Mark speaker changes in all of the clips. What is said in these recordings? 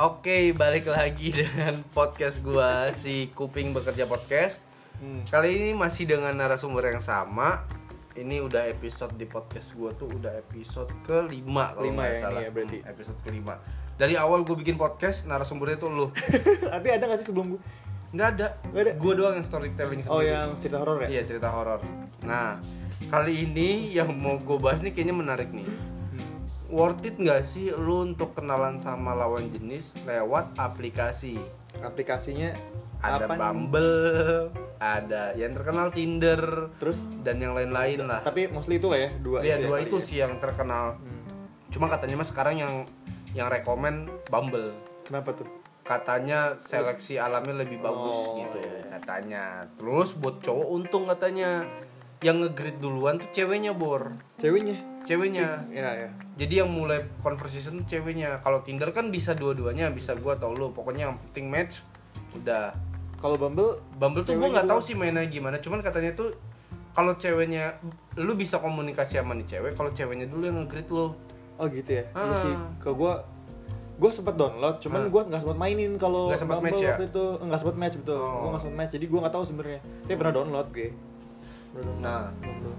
Speaker 1: Oke, balik lagi dengan podcast gua si Kuping Bekerja Podcast. Kali ini masih dengan narasumber yang sama. Ini udah episode di podcast gua tuh udah episode kelima kalau
Speaker 2: Lima
Speaker 1: nggak
Speaker 2: ya ini
Speaker 1: salah.
Speaker 2: ya, berarti.
Speaker 1: Hmm, episode kelima. Dari awal gue bikin podcast narasumbernya tuh lu.
Speaker 2: Tapi ada gak sih sebelum gue?
Speaker 1: Nggak ada.
Speaker 2: Nggak ada.
Speaker 1: Gua doang yang storytelling
Speaker 2: Oh
Speaker 1: sendiri.
Speaker 2: yang cerita horor ya?
Speaker 1: Iya cerita horor. Nah kali ini yang mau gue bahas nih kayaknya menarik nih.
Speaker 2: Hmm.
Speaker 1: Worth it nggak sih lu untuk kenalan sama lawan jenis lewat aplikasi?
Speaker 2: Aplikasinya
Speaker 1: Ada
Speaker 2: apa nih?
Speaker 1: Bumble, ada yang terkenal Tinder,
Speaker 2: Terus
Speaker 1: dan yang lain-lain lah.
Speaker 2: tapi mostly itu lah ya dua.
Speaker 1: Ah. Iya
Speaker 2: ya
Speaker 1: dua
Speaker 2: kali
Speaker 1: itu
Speaker 2: ya.
Speaker 1: sih yang terkenal.
Speaker 2: Hmm.
Speaker 1: Cuma katanya mas sekarang yang yang rekomen Bumble.
Speaker 2: Kenapa tuh?
Speaker 1: Katanya seleksi alamnya lebih bagus
Speaker 2: Oh,
Speaker 1: gitu
Speaker 2: iya.
Speaker 1: katanya. Terus buat cowok untung katanya yang nge-greet duluan tuh ceweknya bor.
Speaker 2: Ceweknya?
Speaker 1: ceweknya
Speaker 2: Ya ya.
Speaker 1: jadi yang mulai conversation tuh ceweknya kalau tinder kan bisa dua-duanya bisa gua atau lu pokoknya yang penting match udah
Speaker 2: Kalau Bumble
Speaker 1: bumble tuh gua
Speaker 2: Ceweknya
Speaker 1: nggak tahu
Speaker 2: duluan.
Speaker 1: sih mainnya gimana cuman katanya tuh kalau ceweknya lu bisa komunikasi sama nih cewek kalau ceweknya dulu yang nge-greet lu
Speaker 2: oh gitu ya. Iya
Speaker 1: Ah.
Speaker 2: sih. Kalau gue gue sempet download, cuman
Speaker 1: Ah.
Speaker 2: gue nggak sempet mainin kalau
Speaker 1: Nggak sempet
Speaker 2: Bumble
Speaker 1: match ya?
Speaker 2: waktu itu nggak sempet match betul.
Speaker 1: Oh.
Speaker 2: Gue nggak sempet match, jadi gue nggak tahu sebenarnya. Tapi pernah download gue. Pernah download
Speaker 1: Nah.
Speaker 2: Bumble.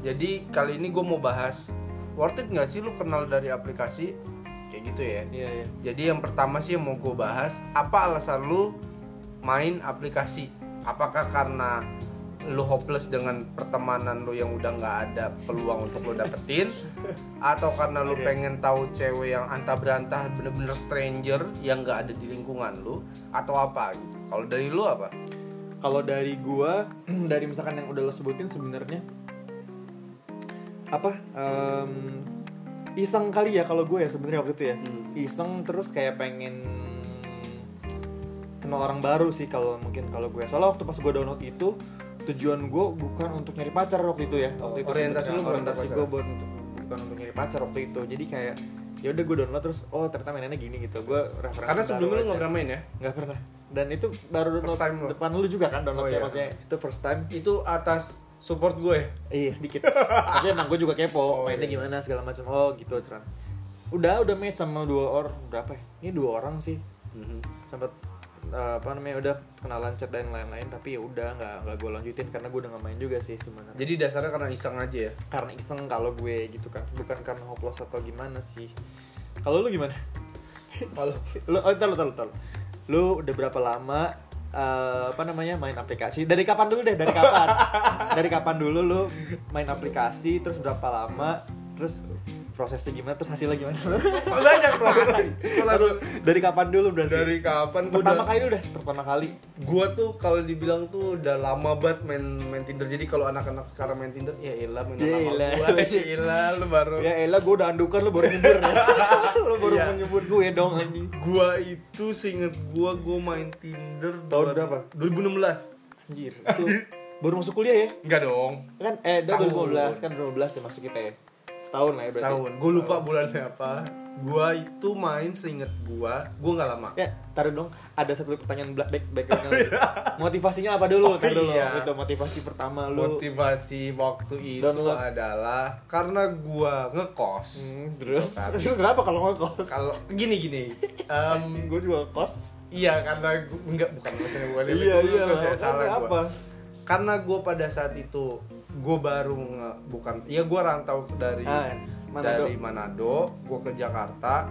Speaker 1: jadi kali ini gua mau bahas worth it nggak sih lu kenal dari aplikasi kayak gitu ya
Speaker 2: Iya iya.
Speaker 1: Jadi yang pertama sih yang mau gue bahas, apa alasan lu main aplikasi? Apakah karena lu hopeless dengan pertemanan lu yang udah nggak ada peluang untuk lu dapetin atau karena lu pengen tahu cewek yang antah berantah bener-bener stranger yang nggak ada di lingkungan lu atau apa gitu. kalau dari lu apa
Speaker 2: kalau dari gua dari misalkan yang udah lo sebutin sebenarnya apa em, iseng kali ya kalau gue ya sebenarnya waktu itu ya
Speaker 1: Hmm.
Speaker 2: iseng terus kayak pengen kenal orang baru sih kalau mungkin kalau gue soalnya waktu pas gue download itu tujuan gue bukan untuk nyari pacar waktu itu ya waktu itu
Speaker 1: Oh, Orientasi
Speaker 2: sebenarnya.
Speaker 1: lu bukan
Speaker 2: orientasi
Speaker 1: untuk
Speaker 2: gue buat untuk- bukan untuk nyari pacar waktu itu jadi kayak ya udah gue download terus oh ternyata mainannya gini gitu gue referensi
Speaker 1: karena
Speaker 2: baru
Speaker 1: sebelumnya lu
Speaker 2: aja.
Speaker 1: nggak pernah main ya
Speaker 2: Nggak pernah. Dan itu baru
Speaker 1: First
Speaker 2: download
Speaker 1: time lo?
Speaker 2: depan lu juga kan downloadnya
Speaker 1: Oh, iya.
Speaker 2: maksudnya itu first time.
Speaker 1: itu atas support gue
Speaker 2: Iya sedikit. Tapi emang gue juga kepo
Speaker 1: Oh,
Speaker 2: mainnya
Speaker 1: iya.
Speaker 2: gimana segala macam. Oh gitu ceran. Udah udah match sama dua orang berapa? ya? Ini dua orang sih.
Speaker 1: Mhm.
Speaker 2: Sempat eh, apa namanya udah kenalan chat dan lain-lain tapi ya udah nggak nggak gue lanjutin karena gue udah nggak main juga sih sebenarnya
Speaker 1: jadi dasarnya karena iseng aja ya
Speaker 2: karena iseng kalau gue gitu kan bukan karena hopeless atau gimana sih kalau lu gimana
Speaker 1: kalau
Speaker 2: lu oh, ntar lu ntar lu ntar lu. Lu udah berapa lama eh, apa namanya main aplikasi dari kapan dulu deh dari kapan dari kapan dulu lu main aplikasi terus berapa lama terus prosesnya gimana terus hasilnya gimana
Speaker 1: banyak loh
Speaker 2: Atau dari kapan dulu berarti
Speaker 1: dari kapan gua
Speaker 2: pertama
Speaker 1: udah-
Speaker 2: kali udah pertama kali
Speaker 1: gua tuh kalau dibilang tuh udah lama banget main main Tinder. Jadi kalau anak-anak sekarang main Tinder, ya elah main
Speaker 2: Ya
Speaker 1: lama
Speaker 2: elah.
Speaker 1: gua. Ya elah lu baru.
Speaker 2: ya elah gue udah andukan lu baru nyebur ya lu baru
Speaker 1: Iya.
Speaker 2: menyebut gue dong anjing
Speaker 1: Gua itu seinget gua gua main Tinder
Speaker 2: Tahun
Speaker 1: dua-
Speaker 2: berapa?
Speaker 1: 2016.
Speaker 2: anjir itu baru masuk kuliah ya
Speaker 1: Enggak dong.
Speaker 2: kan eh dah
Speaker 1: Setahun.
Speaker 2: 2015 kan 2015 ya masuk kita ya setahun lah ya berarti
Speaker 1: Setahun. Gua lupa bulannya apa. Gua itu main seinget gua, gua nggak lama.
Speaker 2: Ya, taruh dong. Ada satu pertanyaan black back back lagi. Motivasinya apa dulu?
Speaker 1: iya. Oh,
Speaker 2: Taruh dulu.
Speaker 1: iya.
Speaker 2: Itu motivasi pertama lu.
Speaker 1: Motivasi waktu itu
Speaker 2: Download.
Speaker 1: adalah karena gua ngekos.
Speaker 2: Hmm, terus terus kenapa kalau ngekos?
Speaker 1: Kalau gini gini, em,
Speaker 2: gue juga ngekos.
Speaker 1: Iya karena gue enggak bukan maksudnya bukan itu,
Speaker 2: Iya, iya.
Speaker 1: terus ya,
Speaker 2: lah.
Speaker 1: salah
Speaker 2: Karena
Speaker 1: gua. Karena gue pada saat itu gue baru nge, bukan ya gue rantau dari
Speaker 2: Ah, Manado.
Speaker 1: dari Manado gue ke Jakarta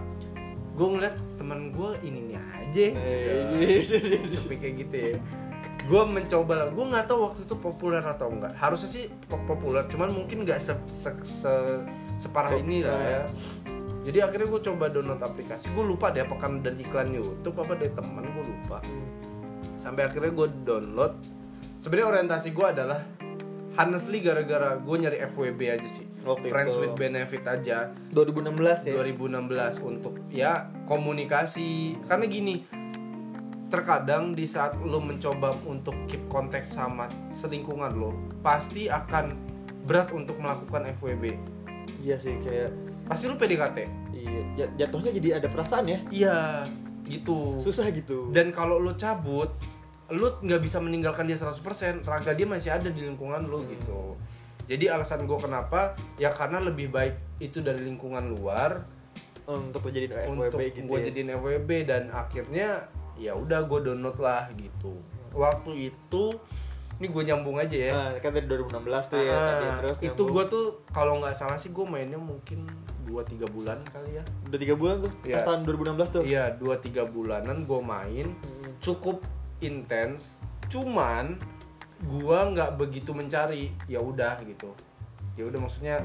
Speaker 1: gue ngeliat teman gue ini nih aja
Speaker 2: Eh,
Speaker 1: gitu. sepi kayak gitu ya gue mencoba lah gue nggak tahu waktu itu populer atau enggak harusnya sih po- populer cuman mungkin nggak se, se- se- separah ini lah ya jadi akhirnya gue coba download aplikasi gue lupa deh apa kan dari iklan YouTube apa dari teman gue lupa sampai akhirnya gue download sebenarnya orientasi gue adalah honestly gara-gara gue nyari FWB aja sih
Speaker 2: Waktu
Speaker 1: friends
Speaker 2: itu.
Speaker 1: with benefit aja
Speaker 2: 2016 ya.
Speaker 1: 2016 untuk ya komunikasi karena gini terkadang di saat lo mencoba untuk keep kontak sama selingkungan lo pasti akan berat untuk melakukan FWB
Speaker 2: Iya sih kayak
Speaker 1: pasti lo PDKT
Speaker 2: iya jat- jatuhnya jadi ada perasaan ya.
Speaker 1: iya gitu
Speaker 2: Susah gitu.
Speaker 1: dan kalau lo cabut lo nggak bisa meninggalkan dia 100% raga dia masih ada di lingkungan lo gitu jadi alasan gue kenapa ya karena lebih baik itu dari lingkungan luar
Speaker 2: Oh, untuk lo jadiin FWB
Speaker 1: untuk
Speaker 2: gitu
Speaker 1: gue
Speaker 2: ya.
Speaker 1: jadiin FWB dan akhirnya ya udah gue download lah gitu waktu itu ini gue nyambung aja ya
Speaker 2: Nah, kan tadi 2016 tuh ya
Speaker 1: Ah,
Speaker 2: tadi terus
Speaker 1: itu gue tuh kalau nggak salah sih gue mainnya mungkin 2-3 bulan kali ya
Speaker 2: udah 3 bulan tuh
Speaker 1: Iya.
Speaker 2: pas tahun 2016 tuh
Speaker 1: iya 2-3 bulanan gue main
Speaker 2: Mm.
Speaker 1: cukup intens cuman gue nggak begitu mencari ya udah gitu ya udah maksudnya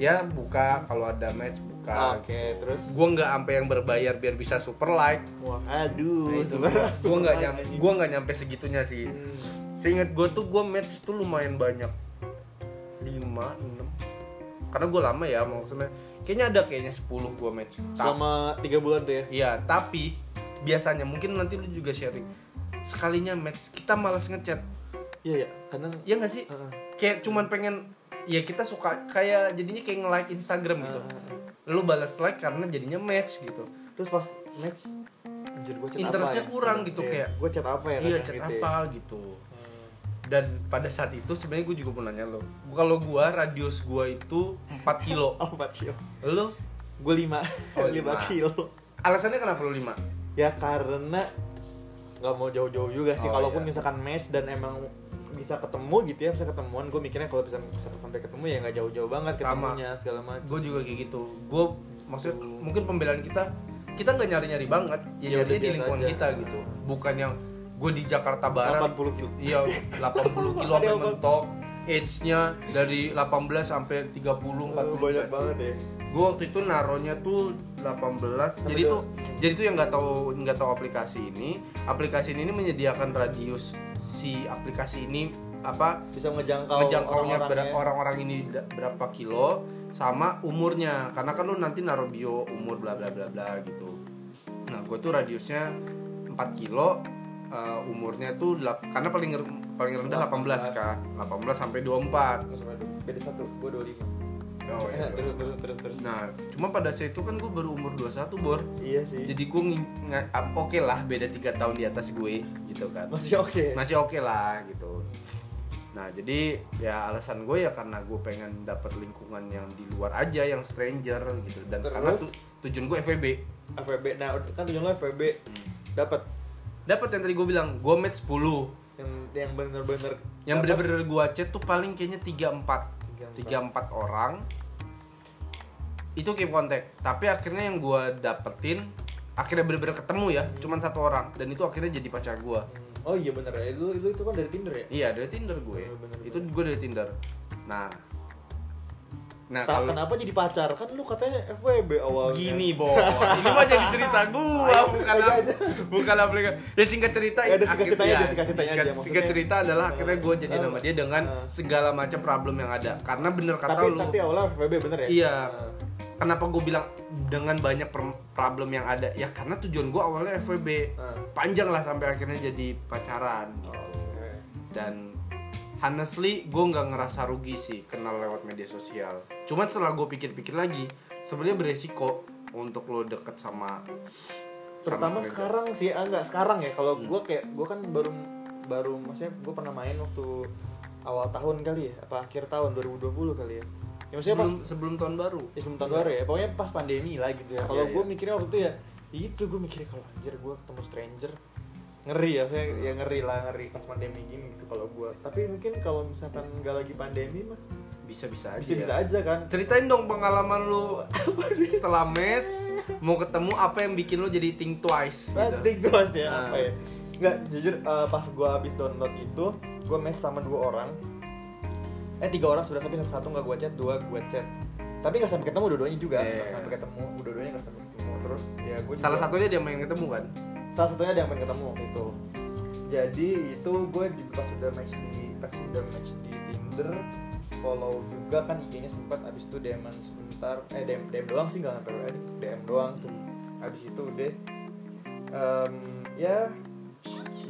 Speaker 1: ya buka kalau ada match buka
Speaker 2: oke terus
Speaker 1: gue nggak sampai yang berbayar biar bisa super like
Speaker 2: Wah, aduh
Speaker 1: Nah, itu
Speaker 2: sebenarnya
Speaker 1: gue nggak nyam
Speaker 2: anjing.
Speaker 1: gue nggak nyampe segitunya sih
Speaker 2: Hmm.
Speaker 1: seingat gue tuh gue match tuh lumayan banyak 5, 6 karena gue lama ya maksudnya kayaknya ada kayaknya 10 gue match tapi
Speaker 2: selama 3 bulan tuh ya
Speaker 1: iya tapi biasanya mungkin nanti lu juga sharing sekalinya match kita malas ngechat
Speaker 2: iya ya karena
Speaker 1: ya nggak sih
Speaker 2: Heeh.
Speaker 1: kayak cuman pengen ya kita suka kayak jadinya kayak nge like Instagram gitu lu balas like karena jadinya match gitu
Speaker 2: terus pas match anjir gue chat
Speaker 1: Interestnya
Speaker 2: apa ya?
Speaker 1: kurang gitu, kayak.
Speaker 2: gue chat apa ya
Speaker 1: iya
Speaker 2: kadang
Speaker 1: chat
Speaker 2: gitu ya.
Speaker 1: apa gitu
Speaker 2: Hmm.
Speaker 1: dan pada saat itu sebenarnya gue juga mau nanya lo kalau gue radius gue itu 4 kilo
Speaker 2: oh 4 kilo
Speaker 1: lo
Speaker 2: gue 5
Speaker 1: Oh,
Speaker 2: 5
Speaker 1: lima.
Speaker 2: kilo
Speaker 1: alasannya kenapa lo 5?
Speaker 2: ya karena nggak mau jauh-jauh juga sih
Speaker 1: Oh,
Speaker 2: kalaupun
Speaker 1: iya.
Speaker 2: misalkan match dan emang bisa ketemu gitu ya bisa ketemuan gue mikirnya kalau bisa, bisa sampai ketemu ya nggak jauh-jauh banget
Speaker 1: Sama.
Speaker 2: ketemunya segala macam
Speaker 1: gue juga kayak gitu gue maksudnya mungkin pembelaan kita kita nggak nyari nyari banget ya,
Speaker 2: Oh. Ya udah
Speaker 1: nyarinya di
Speaker 2: biasa
Speaker 1: lingkungan
Speaker 2: aja.
Speaker 1: kita gitu bukan yang gue di Jakarta Barat
Speaker 2: 80 kilo
Speaker 1: iya 80 kilo sampai
Speaker 2: Ada apa?
Speaker 1: mentok age-nya dari 18 sampai 30
Speaker 2: Eh,
Speaker 1: 40
Speaker 2: banyak banget ya
Speaker 1: gue waktu itu naruhnya tuh 18 jadi
Speaker 2: dua-
Speaker 1: tuh jadi tuh yang nggak tahu nggak tahu aplikasi ini aplikasi ini menyediakan radius si aplikasi ini apa
Speaker 2: bisa ngejangkau
Speaker 1: ngejangkaunya
Speaker 2: orang-orang
Speaker 1: ber-
Speaker 2: ya.
Speaker 1: orang-orang ini da- berapa kilo sama umurnya karena kan lu nanti naruh bio umur bla bla bla bla gitu nah gue tuh radiusnya 4 kilo eh, umurnya tuh delap- karena paling ren- paling rendah 18 kan 18 sampai 24
Speaker 2: Langsung aduh, beda satu gue 25
Speaker 1: oh, iya.
Speaker 2: terus terus terus terus
Speaker 1: nah cuma pada saat itu kan gue baru umur 21 bor
Speaker 2: iya sih
Speaker 1: jadi gue nging- nge- ap- oke lah beda tiga tahun di atas gue gitu kan
Speaker 2: masih oke
Speaker 1: masih oke lah gitu nah jadi ya alasan gue ya karena gue pengen dapet lingkungan yang di luar aja yang stranger gitu dan karena tu-
Speaker 2: Terus?
Speaker 1: tujuan gue FVB
Speaker 2: FVB nah udah- kan tujuan lo FVB dapat
Speaker 1: dapat yang tadi gue bilang gue match 10
Speaker 2: yang yang bener-bener
Speaker 1: yang
Speaker 2: dapat.
Speaker 1: bener-bener gue chat tuh paling kayaknya 3-4
Speaker 2: Tiga,
Speaker 1: 3-4 orang itu keep kontak tapi akhirnya yang gue dapetin akhirnya bener-bener ketemu ya cuman satu orang dan itu akhirnya jadi pacar gue
Speaker 2: Hmm. oh iya bener ya itu itu, itu kan dari Tinder ya
Speaker 1: Iya dari Tinder gue.
Speaker 2: Bener-bener.
Speaker 1: Itu gue dari Tinder. Nah, nah
Speaker 2: Ta-
Speaker 1: kalau
Speaker 2: kenapa jadi pacar kan lu katanya FWB awalnya
Speaker 1: gini boh, ini mah jadi cerita gue,
Speaker 2: Ayo,
Speaker 1: bukan
Speaker 2: aja,
Speaker 1: ap- bukan aplikasi. Ya singkat cerita,
Speaker 2: Ya udah, singkat
Speaker 1: akhir-
Speaker 2: ceritanya
Speaker 1: ya,
Speaker 2: aja, singkat
Speaker 1: singkat-
Speaker 2: ceritanya aja,
Speaker 1: singkat
Speaker 2: maksudnya.
Speaker 1: cerita adalah akhirnya gue jadi
Speaker 2: Eh,
Speaker 1: nama dia dengan
Speaker 2: eh.
Speaker 1: segala macam problem yang ada. Karena bener kata
Speaker 2: tapi
Speaker 1: lu,
Speaker 2: tapi awalnya FWB bener ya
Speaker 1: iya.
Speaker 2: Nah,
Speaker 1: Kenapa gue bilang dengan banyak per- problem yang ada? Ya karena tujuan gue awalnya FWB
Speaker 2: Eh.
Speaker 1: panjang lah sampai akhirnya jadi pacaran. gitu.
Speaker 2: oke.
Speaker 1: dan honestly gue nggak ngerasa rugi sih kenal lewat media sosial cuman setelah gue pikir-pikir lagi sebenarnya beresiko untuk lo deket sama
Speaker 2: terutama
Speaker 1: sama-
Speaker 2: sekarang sih ah nggak sekarang ya kalau gua kayak gua kan baru baru maksudnya gua pernah main waktu awal tahun kali ya apa akhir tahun 2020 kali ya ya maksudnya
Speaker 1: sebelum,
Speaker 2: pas
Speaker 1: sebelum tahun baru
Speaker 2: ya sebelum tahun baru ya pokoknya pas pandemi lah gitu ya kalau
Speaker 1: Iya,
Speaker 2: gue
Speaker 1: iya.
Speaker 2: mikirnya waktu itu ya itu gue mikirnya kalau anjir gue ketemu stranger ngeri ya saya
Speaker 1: Hmm.
Speaker 2: ya ngeri lah ngeri pas pandemi gini gitu kalau gue tapi mungkin kalau misalkan nggak lagi pandemi mah
Speaker 1: bisa-bisa aja
Speaker 2: bisa bisa
Speaker 1: ya.
Speaker 2: aja kan
Speaker 1: ceritain dong pengalaman lu setelah match mau ketemu apa yang bikin lo jadi think twice gitu.
Speaker 2: Penting tuh ya
Speaker 1: Nah.
Speaker 2: apa ya nggak jujur eh, pas gue habis download itu gue match sama dua orang eh tiga orang sudah sampai satu satu nggak gue chat dua gue chat tapi nggak sampai ketemu dua-duanya juga nggak
Speaker 1: Iya.
Speaker 2: sampai ketemu dua-duanya nggak sampai ketemu terus ya gue
Speaker 1: salah satunya dia main ketemu kan
Speaker 2: salah satunya ada yang pengen ketemu waktu itu jadi itu gue juga pas udah match di pas udah match di Tinder follow juga kan IG-nya sempat abis itu DM sebentar eh DM DM doang sih nggak ngambil DM doang tuh abis itu udah em, ya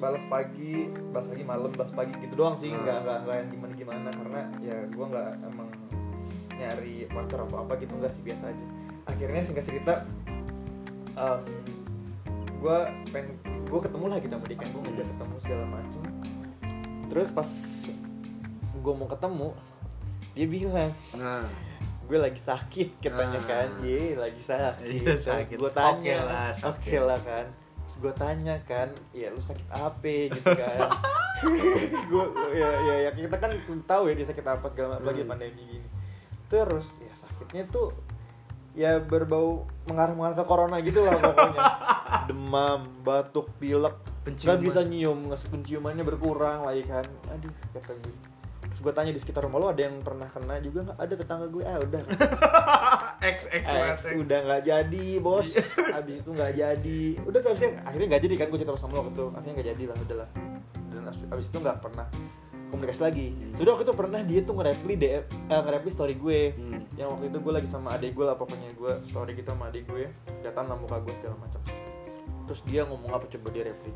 Speaker 2: balas pagi balas lagi malam balas pagi gitu doang sih
Speaker 1: Hmm.
Speaker 2: nggak nggak nggak yang gimana gimana karena ya gue nggak emang nyari pacar atau apa gitu nggak sih biasa aja akhirnya singkat cerita gue pengen gue ketemu lah gitu sama dia kan gue ngajak ketemu segala macem terus pas gue mau ketemu dia bilang
Speaker 1: nah
Speaker 2: gue gue lagi sakit katanya
Speaker 1: Ah.
Speaker 2: kan ye lagi sakit,
Speaker 1: Iya, sakit.
Speaker 2: gue
Speaker 1: Oke
Speaker 2: tanya
Speaker 1: lah,
Speaker 2: oke
Speaker 1: sakit.
Speaker 2: lah kan terus gue tanya kan ya lu sakit apa gitu kan gue ya, ya ya kita kan tahu ya dia sakit apa segala macam lagi
Speaker 1: Hmm.
Speaker 2: pandemi gini terus ya sakitnya tuh ya berbau mengarah-mengarah ke corona gitu lah pokoknya demam batuk pilek nggak
Speaker 1: Penciuman.
Speaker 2: bisa nyium nggak- penciumannya berkurang lagi kan aduh kata gue terus gue tanya di sekitar rumah lo ada yang pernah kena juga nggak ada tetangga gue ah udah
Speaker 1: Ah, X X Iya.
Speaker 2: Eh, udah nggak jadi bos abis itu nggak jadi udah tuh abisnya akhirnya nggak jadi kan gue cerita sama lo waktu itu akhirnya nggak jadi lah udahlah dan abis- abis itu nggak pernah komunikasi lagi sudah waktu itu pernah dia tuh nge-reply DM eh, nge-reply story gue
Speaker 1: Hmm.
Speaker 2: yang waktu itu gue lagi sama adik gue lah pokoknya gue story gitu sama adik gue kelihatan lah muka gue segala macam terus dia ngomong apa coba dia reply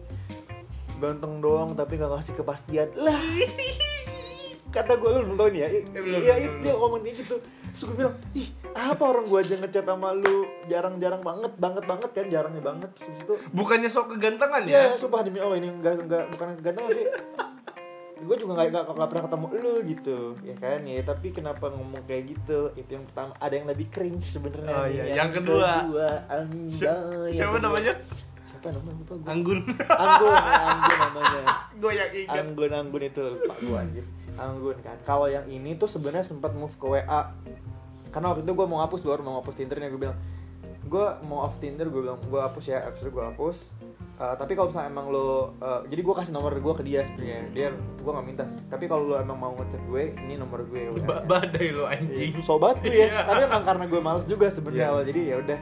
Speaker 2: ganteng doang tapi nggak ngasih kepastian lah kata gue lu belum tau nih ya I-
Speaker 1: Eh, belum,
Speaker 2: ya
Speaker 1: belum,
Speaker 2: itu
Speaker 1: belum.
Speaker 2: ngomongnya gitu terus gue bilang ih apa orang gue aja ngechat sama lu jarang-jarang banget banget banget kan jarangnya banget terus itu
Speaker 1: Bukannya sok kegantengan ya?
Speaker 2: Iya, sumpah demi Allah ini enggak enggak bukan ganteng sih. gue juga nggak nggak- nggak pernah ketemu lu gitu ya kan ya tapi kenapa ngomong kayak gitu itu yang pertama ada yang lebih cringe sebenarnya
Speaker 1: Oh,
Speaker 2: nih.
Speaker 1: iya. Yang kedua.
Speaker 2: anjay.
Speaker 1: Si- siapa
Speaker 2: Yang kedua.
Speaker 1: namanya?
Speaker 2: siapa namanya lupa gue
Speaker 1: Anggun.
Speaker 2: Anggun ya, Anggun namanya
Speaker 1: gue yang ingat.
Speaker 2: Anggun Anggun itu lupa gue anjir Anggun kan kalau yang ini tuh sebenarnya sempat move ke WA karena waktu itu gue mau hapus baru mau hapus Tinder gue bilang gue mau off Tinder gue bilang gue hapus ya abis itu gue hapus Eh, tapi kalau misalnya emang lo eh, jadi gue kasih nomor gue ke dia sebenarnya dia gue nggak minta sih. tapi kalau lo emang mau ngechat gue ini nomor gue WA-nya.
Speaker 1: Ba- badai lo anjing.
Speaker 2: Iya, sobat gue ya
Speaker 1: Iya.
Speaker 2: tapi emang karena gue males juga sebenarnya
Speaker 1: Iya.
Speaker 2: awal jadi ya udah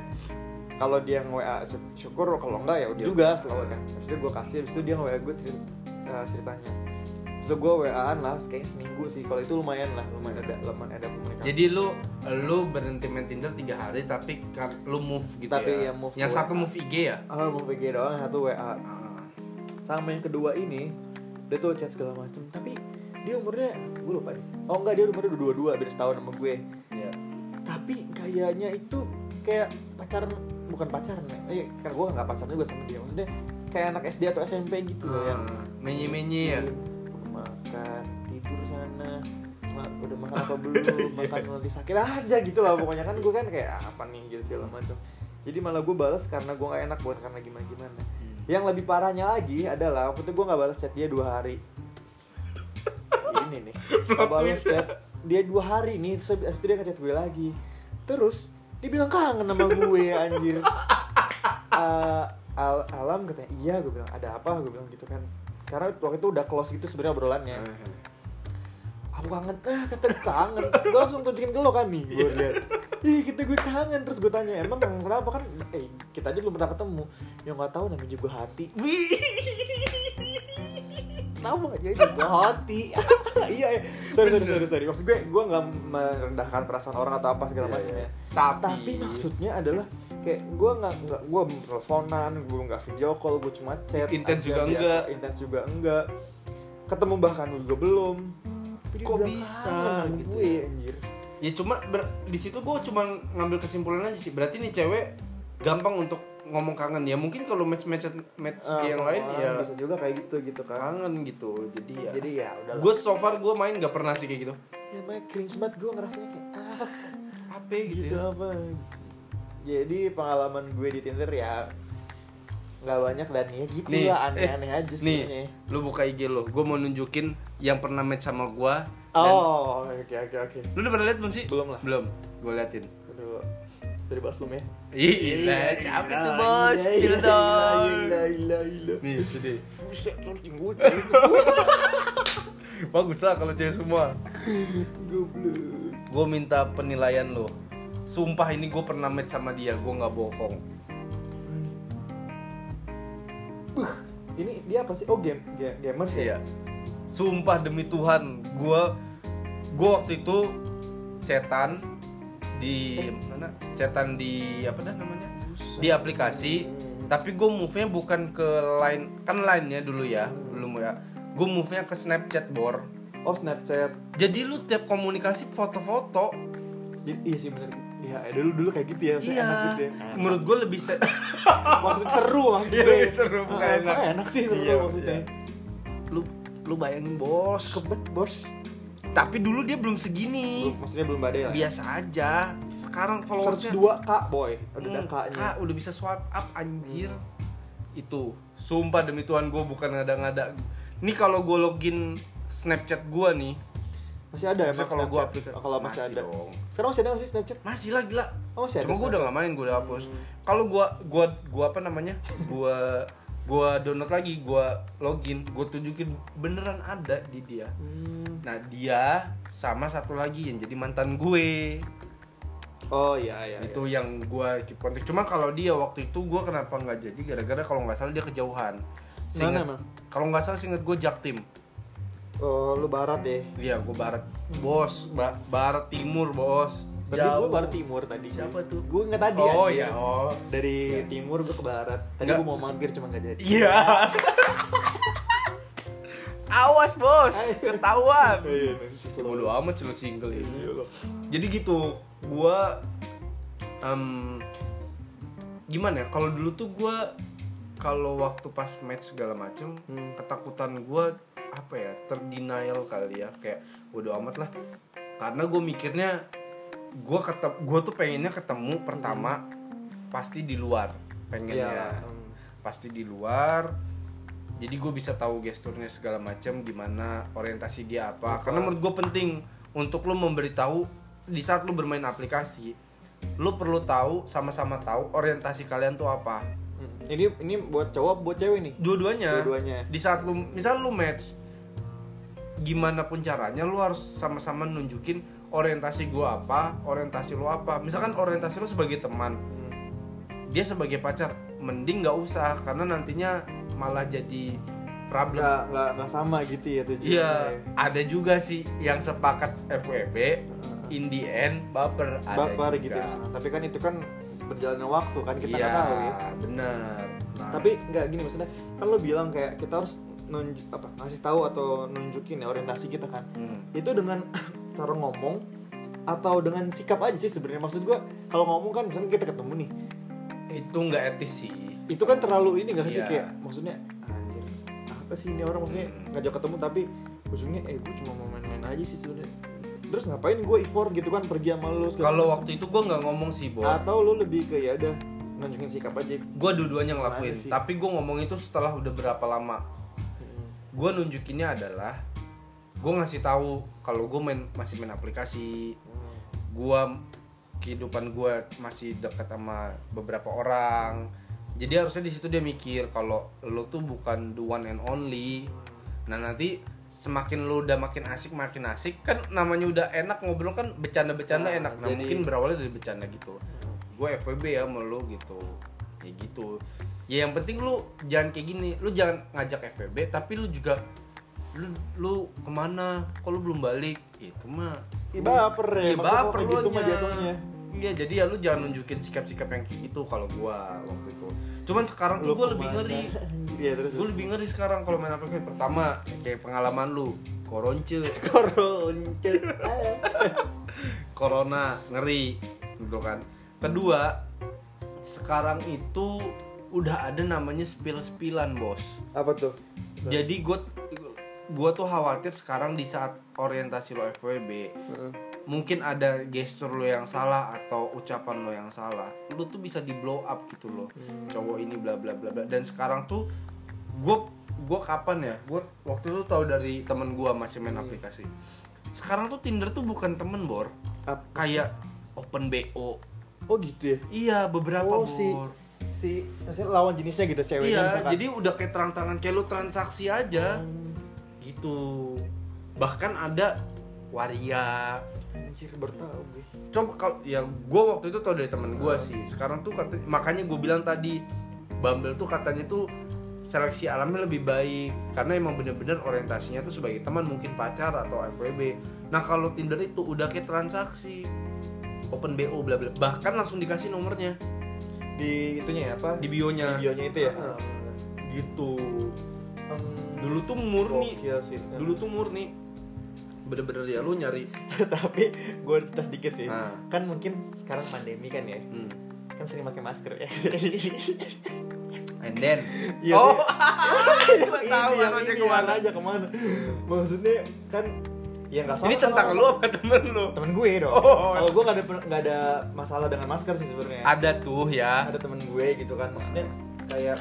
Speaker 2: kalau dia nge WA sy- syukur kalau enggak ya udah
Speaker 1: Iya.
Speaker 2: juga selalu kan terus itu gue kasih terus itu dia nge WA gue cerit- eh, ceritanya terus gue WA-an lah kayaknya seminggu sih kalau itu lumayan lah lumayan ada lumayan ada komunikasi
Speaker 1: Jadi lu lu berhenti main Tinder 3 hari tapi kan lu move gitu
Speaker 2: Tapi
Speaker 1: ya.
Speaker 2: ya move
Speaker 1: yang
Speaker 2: to
Speaker 1: satu
Speaker 2: WA.
Speaker 1: move IG ya?
Speaker 2: ah mau PG doang satu WA
Speaker 1: Ah.
Speaker 2: sama yang kedua ini dia tuh chat segala macem tapi dia umurnya gue lupa deh oh enggak dia umurnya dua dua beda setahun sama gue
Speaker 1: Iya.
Speaker 2: tapi gayanya itu kayak pacaran bukan pacaran ya eh, karena gue nggak pacaran juga sama dia maksudnya kayak anak SD atau SMP gitu loh yang
Speaker 1: Ah, Menye-menye ya.
Speaker 2: main, makan tidur sana ma- udah makan apa belum makan nanti sakit aja gitu lah pokoknya kan gue kan kayak "Ah, apa nih gitu segala macam jadi malah gue balas karena gue gak enak bukan karena gimana gimana yang lebih parahnya lagi adalah waktu itu gue nggak balas chat dia dua hari ini nih
Speaker 1: Plot
Speaker 2: Gak balas
Speaker 1: twist.
Speaker 2: chat dia dua hari nih terus habis itu dia ngechat gue lagi terus dia bilang kangen sama gue anjir Eh, al alam katanya iya gue bilang ada apa gue bilang gitu kan karena waktu itu udah close gitu sebenarnya obrolannya
Speaker 1: Hmm.
Speaker 2: aku kangen ah kata gue kangen gue langsung tunjukin ke lo kan nih
Speaker 1: Iya.
Speaker 2: gue liat ih kita gue kangen terus gue tanya emang kangen kenapa kan eh kita aja belum pernah ketemu ya nggak tahu namanya juga hati
Speaker 1: Wih.
Speaker 2: tahu aja juga hati iya iya. sorry sorry sorry sorry maksud gue gue nggak merendahkan perasaan orang atau apa segala
Speaker 1: Iya,
Speaker 2: macam
Speaker 1: iya.
Speaker 2: ya
Speaker 1: Tapi-
Speaker 2: tapi maksudnya adalah kayak gue nggak nggak gue belum teleponan gue nggak video call gue cuma chat
Speaker 1: Intens
Speaker 2: aja
Speaker 1: juga
Speaker 2: biasa.
Speaker 1: enggak.
Speaker 2: intens juga enggak ketemu bahkan juga belum Tapi dia
Speaker 1: Kok
Speaker 2: bilang
Speaker 1: bisa
Speaker 2: kangen sama
Speaker 1: gitu?
Speaker 2: gue anjir
Speaker 1: Ya cuma ber- di situ gue cuma ngambil kesimpulan aja sih. Berarti nih cewek gampang untuk ngomong kangen ya. Mungkin kalau match-match match
Speaker 2: Eh,
Speaker 1: yang
Speaker 2: sama
Speaker 1: lain
Speaker 2: orang
Speaker 1: ya
Speaker 2: bisa juga kayak gitu gitu kan
Speaker 1: kangen gitu. Jadi ya.
Speaker 2: jadi ya udah
Speaker 1: gue so far gue main gak pernah sih kayak gitu.
Speaker 2: ya mah cringe banget gue ngerasanya kayak ah
Speaker 1: HP gitu.
Speaker 2: gitu
Speaker 1: ya.
Speaker 2: apa jadi pengalaman gue di Tinder ya nggak banyak dan ya gitu
Speaker 1: Nih, eh,
Speaker 2: lah aneh-aneh aja sih
Speaker 1: Nih, lu buka IG lu. Gue mau nunjukin yang pernah match sama gue.
Speaker 2: oh oke oke oke
Speaker 1: Lu udah pernah liat belum sih?
Speaker 2: Belum lah.
Speaker 1: Belum. Gue liatin.
Speaker 2: Aduh, dari bahas belum ya
Speaker 1: Ih, lah, siapa tuh bos? Still dong. Nih, sedih. Bagus lah kalau cewek semua. Gue minta penilaian lo. Sumpah ini gue pernah match sama dia, gue nggak bohong.
Speaker 2: ini dia apa sih? Oh game, game gamer sih.
Speaker 1: Iya. Sumpah demi Tuhan, gue gue waktu itu cetan di mana? Cetan di apa dah namanya? Di aplikasi. Tapi gue move-nya bukan ke line, kan line-nya dulu ya, belum ya. Gue move-nya ke Snapchat bor.
Speaker 2: Oh Snapchat.
Speaker 1: Jadi lu tiap komunikasi foto-foto.
Speaker 2: Jadi, iya sih bener. Iya dulu dulu kayak gitu ya. maksudnya Enak
Speaker 1: Iya.
Speaker 2: gitu ya.
Speaker 1: Menurut gue lebih se
Speaker 2: Maksud seru maksud
Speaker 1: Iya,
Speaker 2: gue.
Speaker 1: lebih seru, bukan
Speaker 2: Ah,
Speaker 1: enak.
Speaker 2: enak sih seru
Speaker 1: Iya,
Speaker 2: maksudnya.
Speaker 1: iya. lu lu bayangin bos.
Speaker 2: Kebet bos.
Speaker 1: tapi dulu dia belum Iya, segini
Speaker 2: Lu- maksudnya belum badai lah ya?
Speaker 1: biasa aja sekarang followersnya
Speaker 2: 102 kak boy udah ada
Speaker 1: Hmm,
Speaker 2: kaknya
Speaker 1: Kak, udah bisa swipe up anjir Hmm. itu sumpah demi tuhan gue bukan ngada-ngada nih kalau gue login snapchat gue nih
Speaker 2: masih ada
Speaker 1: Maksudnya
Speaker 2: emang
Speaker 1: kalau gua
Speaker 2: Snapchat?
Speaker 1: aplikasi-
Speaker 2: Oh, kalau masih,
Speaker 1: masih
Speaker 2: ada
Speaker 1: dong.
Speaker 2: sekarang masih ada nggak sih Snapchat
Speaker 1: masih Hmm. lah gila
Speaker 2: Oh, masih ada
Speaker 1: cuma gue udah nggak main gue udah hapus kalau gue gua gua apa namanya gue gue download lagi gue login gue tunjukin beneran ada di dia
Speaker 2: Hmm.
Speaker 1: nah dia sama satu lagi yang jadi mantan gue
Speaker 2: oh iya iya
Speaker 1: itu yang gue keep kontak cuma kalau dia waktu itu gue kenapa nggak jadi gara-gara kalau nggak salah dia kejauhan Seingat-
Speaker 2: Mana emang?
Speaker 1: kalau nggak salah singkat gue jaktim
Speaker 2: iya. oh lu barat deh
Speaker 1: iya gue barat bos ba- barat timur bos
Speaker 2: tapi gue barat timur tadi
Speaker 1: Siapa tuh?
Speaker 2: gue nggak tadi
Speaker 1: oh
Speaker 2: anjir.
Speaker 1: ya oh
Speaker 2: dari timur gue ke barat tadi
Speaker 1: Nggak.
Speaker 2: gue mau mampir cuma nggak jadi
Speaker 1: iya awas bos
Speaker 2: Ayo.
Speaker 1: Iya, ketahuan
Speaker 2: Oh, iya, nanti
Speaker 1: ya, bodo amat sih lu single ini
Speaker 2: Iya, loh.
Speaker 1: jadi gitu gua em, gimana ya kalau dulu tuh gua kalau waktu pas match segala macem
Speaker 2: Hmm.
Speaker 1: ketakutan gua apa ya terdenial kali ya kayak bodo amat lah karena gue mikirnya gua ketep gua tuh pengennya ketemu pertama pasti di luar
Speaker 2: Hmm. Iya.
Speaker 1: pengennya
Speaker 2: Hmm.
Speaker 1: pasti di luar jadi gue bisa tahu gesturnya segala macam gimana orientasi dia apa karena menurut gue penting untuk lo memberitahu di saat lo bermain aplikasi lo perlu tahu sama-sama tahu orientasi kalian tuh apa
Speaker 2: Hmm. ini ini buat cowok buat cewek nih
Speaker 1: dua-duanya
Speaker 2: Dua-duanya.
Speaker 1: di saat lo misal lo match gimana pun caranya lo harus sama-sama nunjukin orientasi gue apa orientasi lo apa misalkan orientasi lo sebagai teman
Speaker 2: Hmm.
Speaker 1: dia sebagai pacar mending nggak usah karena nantinya malah jadi problem
Speaker 2: nggak nggak nggak sama gitu ya tujuannya
Speaker 1: iya ada juga sih yang sepakat FWB in the end baper ada
Speaker 2: Hmm. baper
Speaker 1: juga.
Speaker 2: gitu misalnya. tapi kan itu kan berjalannya waktu kan kita
Speaker 1: iya
Speaker 2: nggak tahu ya
Speaker 1: benar Nah,
Speaker 2: tapi nggak gini maksudnya kan lo bilang kayak kita harus nunjuk apa ngasih tahu atau nunjukin ya orientasi kita kan
Speaker 1: hmm,
Speaker 2: itu dengan cara ngomong atau dengan sikap aja sih sebenarnya maksud gua kalau ngomong kan misalnya kita ketemu nih
Speaker 1: itu nggak etis sih
Speaker 2: itu kan terlalu ini gak sih
Speaker 1: Iya.
Speaker 2: kayak maksudnya anjir apa sih ini orang maksudnya ngajak ketemu tapi ujungnya eh gue cuma mau main-main aja sih sebenarnya terus ngapain gue effort gitu kan pergi sama lu segala
Speaker 1: kalau
Speaker 2: macam.
Speaker 1: waktu itu gue nggak ngomong sih Bo
Speaker 2: atau lu lebih ke ya udah nunjukin sikap aja
Speaker 1: gue dua-duanya
Speaker 2: Mana sih?
Speaker 1: ngelakuin tapi gue ngomong itu setelah udah berapa lama Hmm. gue nunjukinnya adalah gue ngasih tahu kalau gue main masih main aplikasi gua kehidupan gua masih dekat sama beberapa orang jadi harusnya di situ dia mikir kalau lo tuh bukan the one and only nah nanti semakin lo udah makin asik makin asik kan namanya udah enak ngobrol kan bercanda-bercanda
Speaker 2: Nah,
Speaker 1: enak nah
Speaker 2: jadi-
Speaker 1: mungkin berawalnya dari bercanda gitu gue FWB ya sama lo gitu ya gitu ya yang penting lu jangan kayak gini lu jangan ngajak FWB tapi lu juga lu lu kemana kok lu belum balik itu mah
Speaker 2: Ih, baper
Speaker 1: Iya,
Speaker 2: ya, maksud gua
Speaker 1: baper
Speaker 2: kayak gitu mah
Speaker 1: luanya.
Speaker 2: jatuhnya.
Speaker 1: Iya, jadi ya lu jangan nunjukin sikap-sikap yang kayak gitu kalau gua waktu itu. Cuman sekarang tuh gua lebih ngeri.
Speaker 2: Iya terus
Speaker 1: Gua lebih ngeri sekarang kalau main aplikasi pertama kayak pengalaman lu, koronce,
Speaker 2: koroncet
Speaker 1: corona, ngeri gitu kan. Kedua, sekarang itu udah ada namanya spill-spillan, Bos.
Speaker 2: apa tuh
Speaker 1: Jadi gue gue tuh khawatir sekarang di saat orientasi lo FWB mungkin ada gestur lo yang salah atau ucapan lo yang salah lo tuh bisa di blow up gitu loh
Speaker 2: Hmm.
Speaker 1: cowok ini bla bla bla bla dan sekarang tuh gue gue kapan ya gue waktu itu tahu dari temen gue masih main
Speaker 2: Iya.
Speaker 1: aplikasi sekarang tuh Tinder tuh bukan temen bor
Speaker 2: Ap-
Speaker 1: kayak open bo
Speaker 2: oh gitu ya
Speaker 1: iya beberapa
Speaker 2: oh
Speaker 1: bor
Speaker 2: si si maksudnya lawan jenisnya gitu ceweknya
Speaker 1: iya,
Speaker 2: misalkan.
Speaker 1: jadi udah kayak terang-terangan kayak lu transaksi aja.
Speaker 2: Hmm.
Speaker 1: Gitu. Bahkan ada waria.
Speaker 2: anjir bertahu gue
Speaker 1: Coba kalau ya gua waktu itu tau dari temen gua
Speaker 2: Hmm.
Speaker 1: sih. Sekarang tuh kata makanya gue bilang tadi Bumble tuh katanya tuh seleksi alamnya lebih baik karena emang bener-bener orientasinya tuh sebagai teman mungkin pacar atau FWB. Nah, kalau Tinder itu udah kayak transaksi open BO bla bla bahkan langsung dikasih nomornya
Speaker 2: di itunya ya apa
Speaker 1: di bionya
Speaker 2: bionya itu ya
Speaker 1: Ah. gitu
Speaker 2: Hmm,
Speaker 1: dulu tuh murni
Speaker 2: gokil sih
Speaker 1: dulu tuh murni bener-bener ya lu nyari
Speaker 2: tapi gue cerita sedikit sih
Speaker 1: Ah.
Speaker 2: kan mungkin sekarang pandemi kan ya
Speaker 1: hmm.
Speaker 2: kan sering pakai masker ya
Speaker 1: and then
Speaker 2: Iya,
Speaker 1: oh
Speaker 2: Yang
Speaker 1: tahu
Speaker 2: ini,
Speaker 1: arahnya
Speaker 2: yang Iya, ini,
Speaker 1: kemana.
Speaker 2: arahnya kemana maksudnya kan ya nggak salah
Speaker 1: Ini tentang lu apa temen lu?
Speaker 2: temen gue dong
Speaker 1: Oh.
Speaker 2: kalau gue nggak ada nggak ada masalah dengan masker sih sebenarnya
Speaker 1: Ada tuh ya.
Speaker 2: ada temen gue gitu kan maksudnya kayak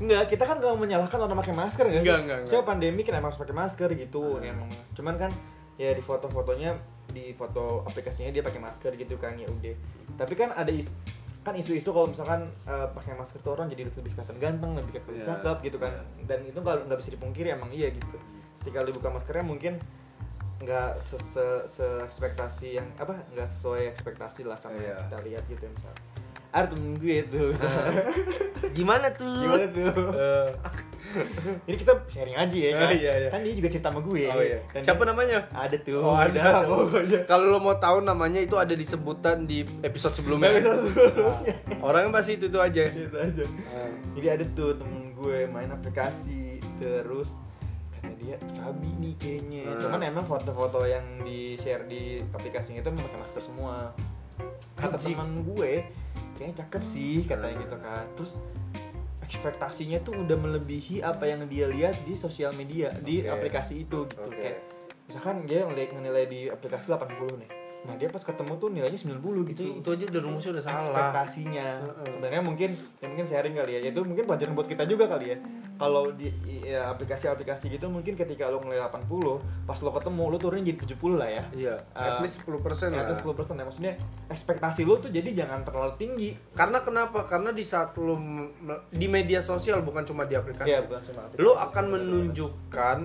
Speaker 2: Enggak, kita kan gak menyalahkan orang pakai masker kan?
Speaker 1: Nggak, nggak, Ah. nggak.
Speaker 2: Coba pandemi kan emang harus pakai masker gitu emang. Cuman kan ya di foto-fotonya di foto aplikasinya dia pakai masker gitu kan ya udah. Tapi kan ada is kan isu-isu kalau misalkan eh, pakai masker tuh orang jadi lebih kelihatan ganteng, lebih kelihatan
Speaker 1: Iya,
Speaker 2: cakep gitu kan.
Speaker 1: iya.
Speaker 2: Dan itu nggak nggak bisa dipungkiri emang iya gitu. Ketika lu buka maskernya mungkin nggak se, se, se- ekspektasi yang apa nggak sesuai ekspektasi lah sama
Speaker 1: Iya.
Speaker 2: yang
Speaker 1: Ah,
Speaker 2: kita lihat gitu ya misalnya. Ada temen gue tuh misalnya.
Speaker 1: Gimana tuh?
Speaker 2: Gimana tuh?
Speaker 1: Eh,
Speaker 2: Ini kita sharing aja ya kan?
Speaker 1: Ah, iya, iya.
Speaker 2: Kan dia juga cerita sama gue.
Speaker 1: oh iya.
Speaker 2: Dan
Speaker 1: Siapa
Speaker 2: dia-
Speaker 1: namanya?
Speaker 2: Ada tuh.
Speaker 1: Oh, ada.
Speaker 2: Udah lah, pokoknya.
Speaker 1: Kalau lo mau tahu namanya itu ada disebutan di episode sebelumnya. Oh, iya. Orangnya pasti itu itu aja.
Speaker 2: Gitu aja. Jadi ada tuh temen gue main aplikasi terus kata dia Fabi nih kayaknya.
Speaker 1: Ah.
Speaker 2: Cuman emang foto-foto yang di share di aplikasinya itu memakai masker semua. Kata
Speaker 1: Anjing.
Speaker 2: teman gue kayaknya cakep sih katanya
Speaker 1: Ah.
Speaker 2: gitu kan. Terus ekspektasinya tuh udah melebihi apa yang dia lihat di sosial media di
Speaker 1: Oke.
Speaker 2: aplikasi itu gitu
Speaker 1: Oke.
Speaker 2: kayak misalkan dia ngeliat nilai di aplikasi 80 nih nah dia pas ketemu tuh nilainya 90 gitu
Speaker 1: Itu itu aja udah rumusnya udah salah.
Speaker 2: ekspektasinya
Speaker 1: Heeh.
Speaker 2: sebenarnya mungkin ya mungkin sharing kali ya itu mungkin pelajaran buat kita juga kali ya kalau di ya, aplikasi-aplikasi gitu mungkin ketika lo nilai 80 pas lo ketemu lo turun jadi 70 lah ya
Speaker 1: Iya, at
Speaker 2: Eh,
Speaker 1: least 10%
Speaker 2: Ya,
Speaker 1: lah.
Speaker 2: atau 10 ya maksudnya ekspektasi lo tuh jadi jangan terlalu tinggi
Speaker 1: Karena kenapa? Karena di saat lo m- m- di media sosial bukan cuma di aplikasi.
Speaker 2: Iya, bukan cuma aplikasi.
Speaker 1: Lo akan menunjukkan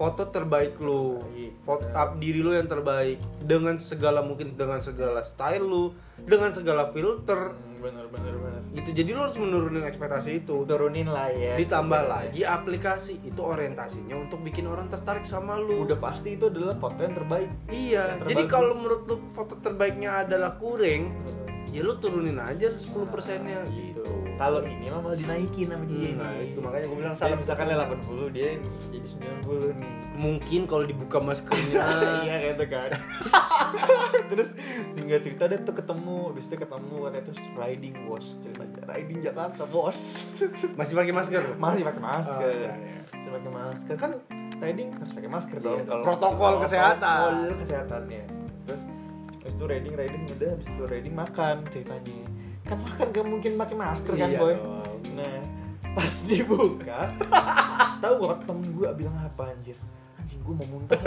Speaker 1: foto terbaik lo,
Speaker 2: Baik,
Speaker 1: foto up diri lo yang terbaik dengan segala mungkin dengan segala style lo, dengan segala filter
Speaker 2: bener bener bener
Speaker 1: gitu. Jadi lo harus menurunin ekspektasi itu.
Speaker 2: turunin lah ya
Speaker 1: Ditambah
Speaker 2: sebenarnya.
Speaker 1: lagi aplikasi itu orientasinya untuk bikin orang tertarik sama lu.
Speaker 2: udah pasti itu adalah foto yang terbaik
Speaker 1: Iya.
Speaker 2: Terbagus.
Speaker 1: Jadi kalau menurut lu foto terbaiknya adalah kuring, ya lu turunin aja 10 persennya gitu.
Speaker 2: kalau ini mah malah dinaikin sama dia
Speaker 1: Nah,
Speaker 2: nih.
Speaker 1: itu makanya gue bilang
Speaker 2: Saya
Speaker 1: salah.
Speaker 2: misalkan dia 80 dia jadi 90 nih.
Speaker 1: Mungkin kalau dibuka maskernya.
Speaker 2: iya kayak itu kan. terus singkat cerita dia tuh ketemu, habis itu ketemu katanya terus riding bos ceritanya. Riding Jakarta bos.
Speaker 1: Masih pakai masker.
Speaker 2: Masih pakai masker.
Speaker 1: Oh, iya, iya.
Speaker 2: Masih pakai masker kan riding harus pakai masker
Speaker 1: Iya,
Speaker 2: dong
Speaker 1: dong.
Speaker 2: kalau
Speaker 1: Protokol kesehatan.
Speaker 2: Protokol kesehatannya. Terus habis itu riding riding udah habis itu riding makan ceritanya. Kan makan gak mungkin pakai masker kan
Speaker 1: Iya
Speaker 2: boy.
Speaker 1: dong.
Speaker 2: Nah, pas dibuka, tahu gak temen gue bilang apa anjir? Anjing gue mau muntah.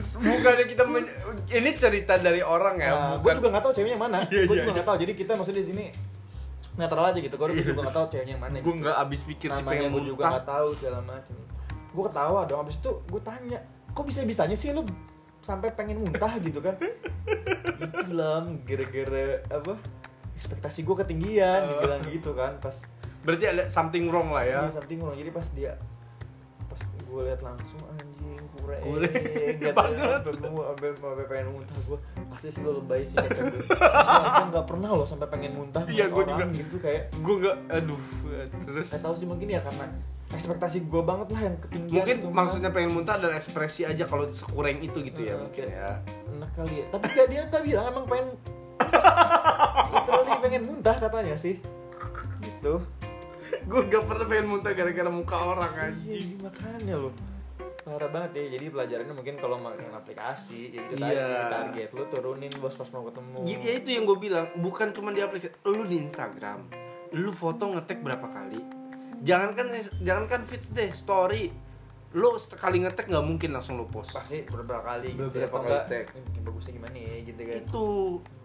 Speaker 1: Bukannya kita men- ini cerita dari orang ya,
Speaker 2: Nah, gue
Speaker 1: bukan
Speaker 2: juga gak tahu ceweknya yang mana.
Speaker 1: Iya,
Speaker 2: gue
Speaker 1: iya,
Speaker 2: juga
Speaker 1: iya.
Speaker 2: gak tahu. Jadi kita maksudnya di sini netral aja gitu. Gue juga gak tahu ceweknya yang mana. gitu.
Speaker 1: gue nggak habis pikir sih
Speaker 2: Namanya
Speaker 1: pengen
Speaker 2: gue juga
Speaker 1: muntah.
Speaker 2: gak tahu segala macem. Gue ketawa dong. Abis itu gue tanya, kok bisa bisanya sih lu sampai pengen muntah gitu kan? Itu lam, gara-gara apa? Ekspektasi gue
Speaker 1: Oh.
Speaker 2: ketinggian, dibilang gitu kan. Pas
Speaker 1: Berarti ada something wrong lah ya.
Speaker 2: Ini Iya, something wrong. Jadi pas dia pas gue lihat langsung anjing kure.
Speaker 1: Kure.
Speaker 2: Gak
Speaker 1: Banget.
Speaker 2: Gue sampai sampai pengen muntah gue. Pasti sih lo lebay sih kata gue. Gue nggak pernah lo sampai pengen muntah.
Speaker 1: Iya,
Speaker 2: ngeliat
Speaker 1: gua
Speaker 2: orang
Speaker 1: juga.
Speaker 2: Gitu kayak
Speaker 1: Gue nggak, aduh, terus.
Speaker 2: nggak tahu sih mungkin ya karena ekspektasi gue banget lah yang ketinggian.
Speaker 1: mungkin
Speaker 2: gitu,
Speaker 1: maksudnya pengen muntah adalah ekspresi aja kalau sekurang itu gitu ya
Speaker 2: Nah,
Speaker 1: mungkin
Speaker 2: kayak
Speaker 1: ya
Speaker 2: Enak kali ya. Tapi dia dia nggak bilang emang pengen. Literally pengen muntah katanya sih. Gitu.
Speaker 1: gue gak pernah pengen muntah gara-gara muka orang
Speaker 2: Iya,
Speaker 1: anjing
Speaker 2: jadi makanya loh parah banget ya jadi pelajarannya mungkin kalau makan aplikasi ya itu
Speaker 1: Iya.
Speaker 2: tadi target lu turunin bos pas mau ketemu
Speaker 1: Gitu, ya itu yang gue bilang bukan cuma di aplikasi lu di Instagram lu foto ngetek berapa kali jangankan jangankan feed deh story lu sekali ngetek nggak mungkin langsung lu post
Speaker 2: pasti beberapa kali gitu
Speaker 1: Beberapa
Speaker 2: atau
Speaker 1: kali
Speaker 2: enggak,
Speaker 1: tag.
Speaker 2: "Ini bagusnya gimana ya gitu kan
Speaker 1: itu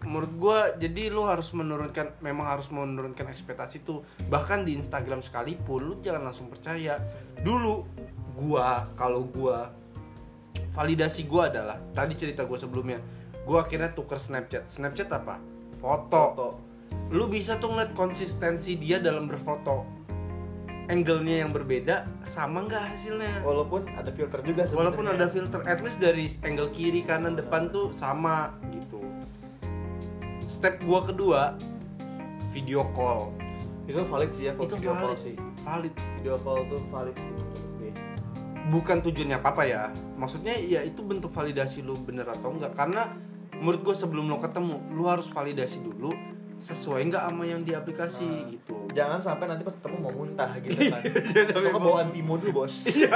Speaker 1: menurut gua jadi lu harus menurunkan memang harus menurunkan ekspektasi itu bahkan di Instagram sekalipun lu jangan langsung percaya dulu gua kalau gua validasi gua adalah tadi cerita gua sebelumnya gua akhirnya tuker Snapchat Snapchat apa foto lu bisa tuh ngeliat konsistensi dia dalam berfoto angle-nya yang berbeda sama nggak hasilnya
Speaker 2: walaupun ada filter juga sebenarnya
Speaker 1: walaupun ada filter at least dari angle kiri kanan depan tuh sama gitu step gua kedua video call
Speaker 2: itu valid sih ya kalau
Speaker 1: itu
Speaker 2: video call
Speaker 1: valid
Speaker 2: sih
Speaker 1: valid
Speaker 2: video call tuh valid sih menurut gue.
Speaker 1: bukan tujuannya apa apa ya maksudnya ya itu bentuk validasi lu bener atau enggak karena menurut gua sebelum lo ketemu lu harus validasi dulu sesuai nggak sama yang di aplikasi
Speaker 2: Nah.
Speaker 1: gitu
Speaker 2: Jangan sampai nanti pas ketemu mau muntah gitu
Speaker 1: Iya,
Speaker 2: kan.
Speaker 1: jangan sampai
Speaker 2: Pokoknya
Speaker 1: mau-
Speaker 2: bawa antimo dulu, Bos.
Speaker 1: Iya,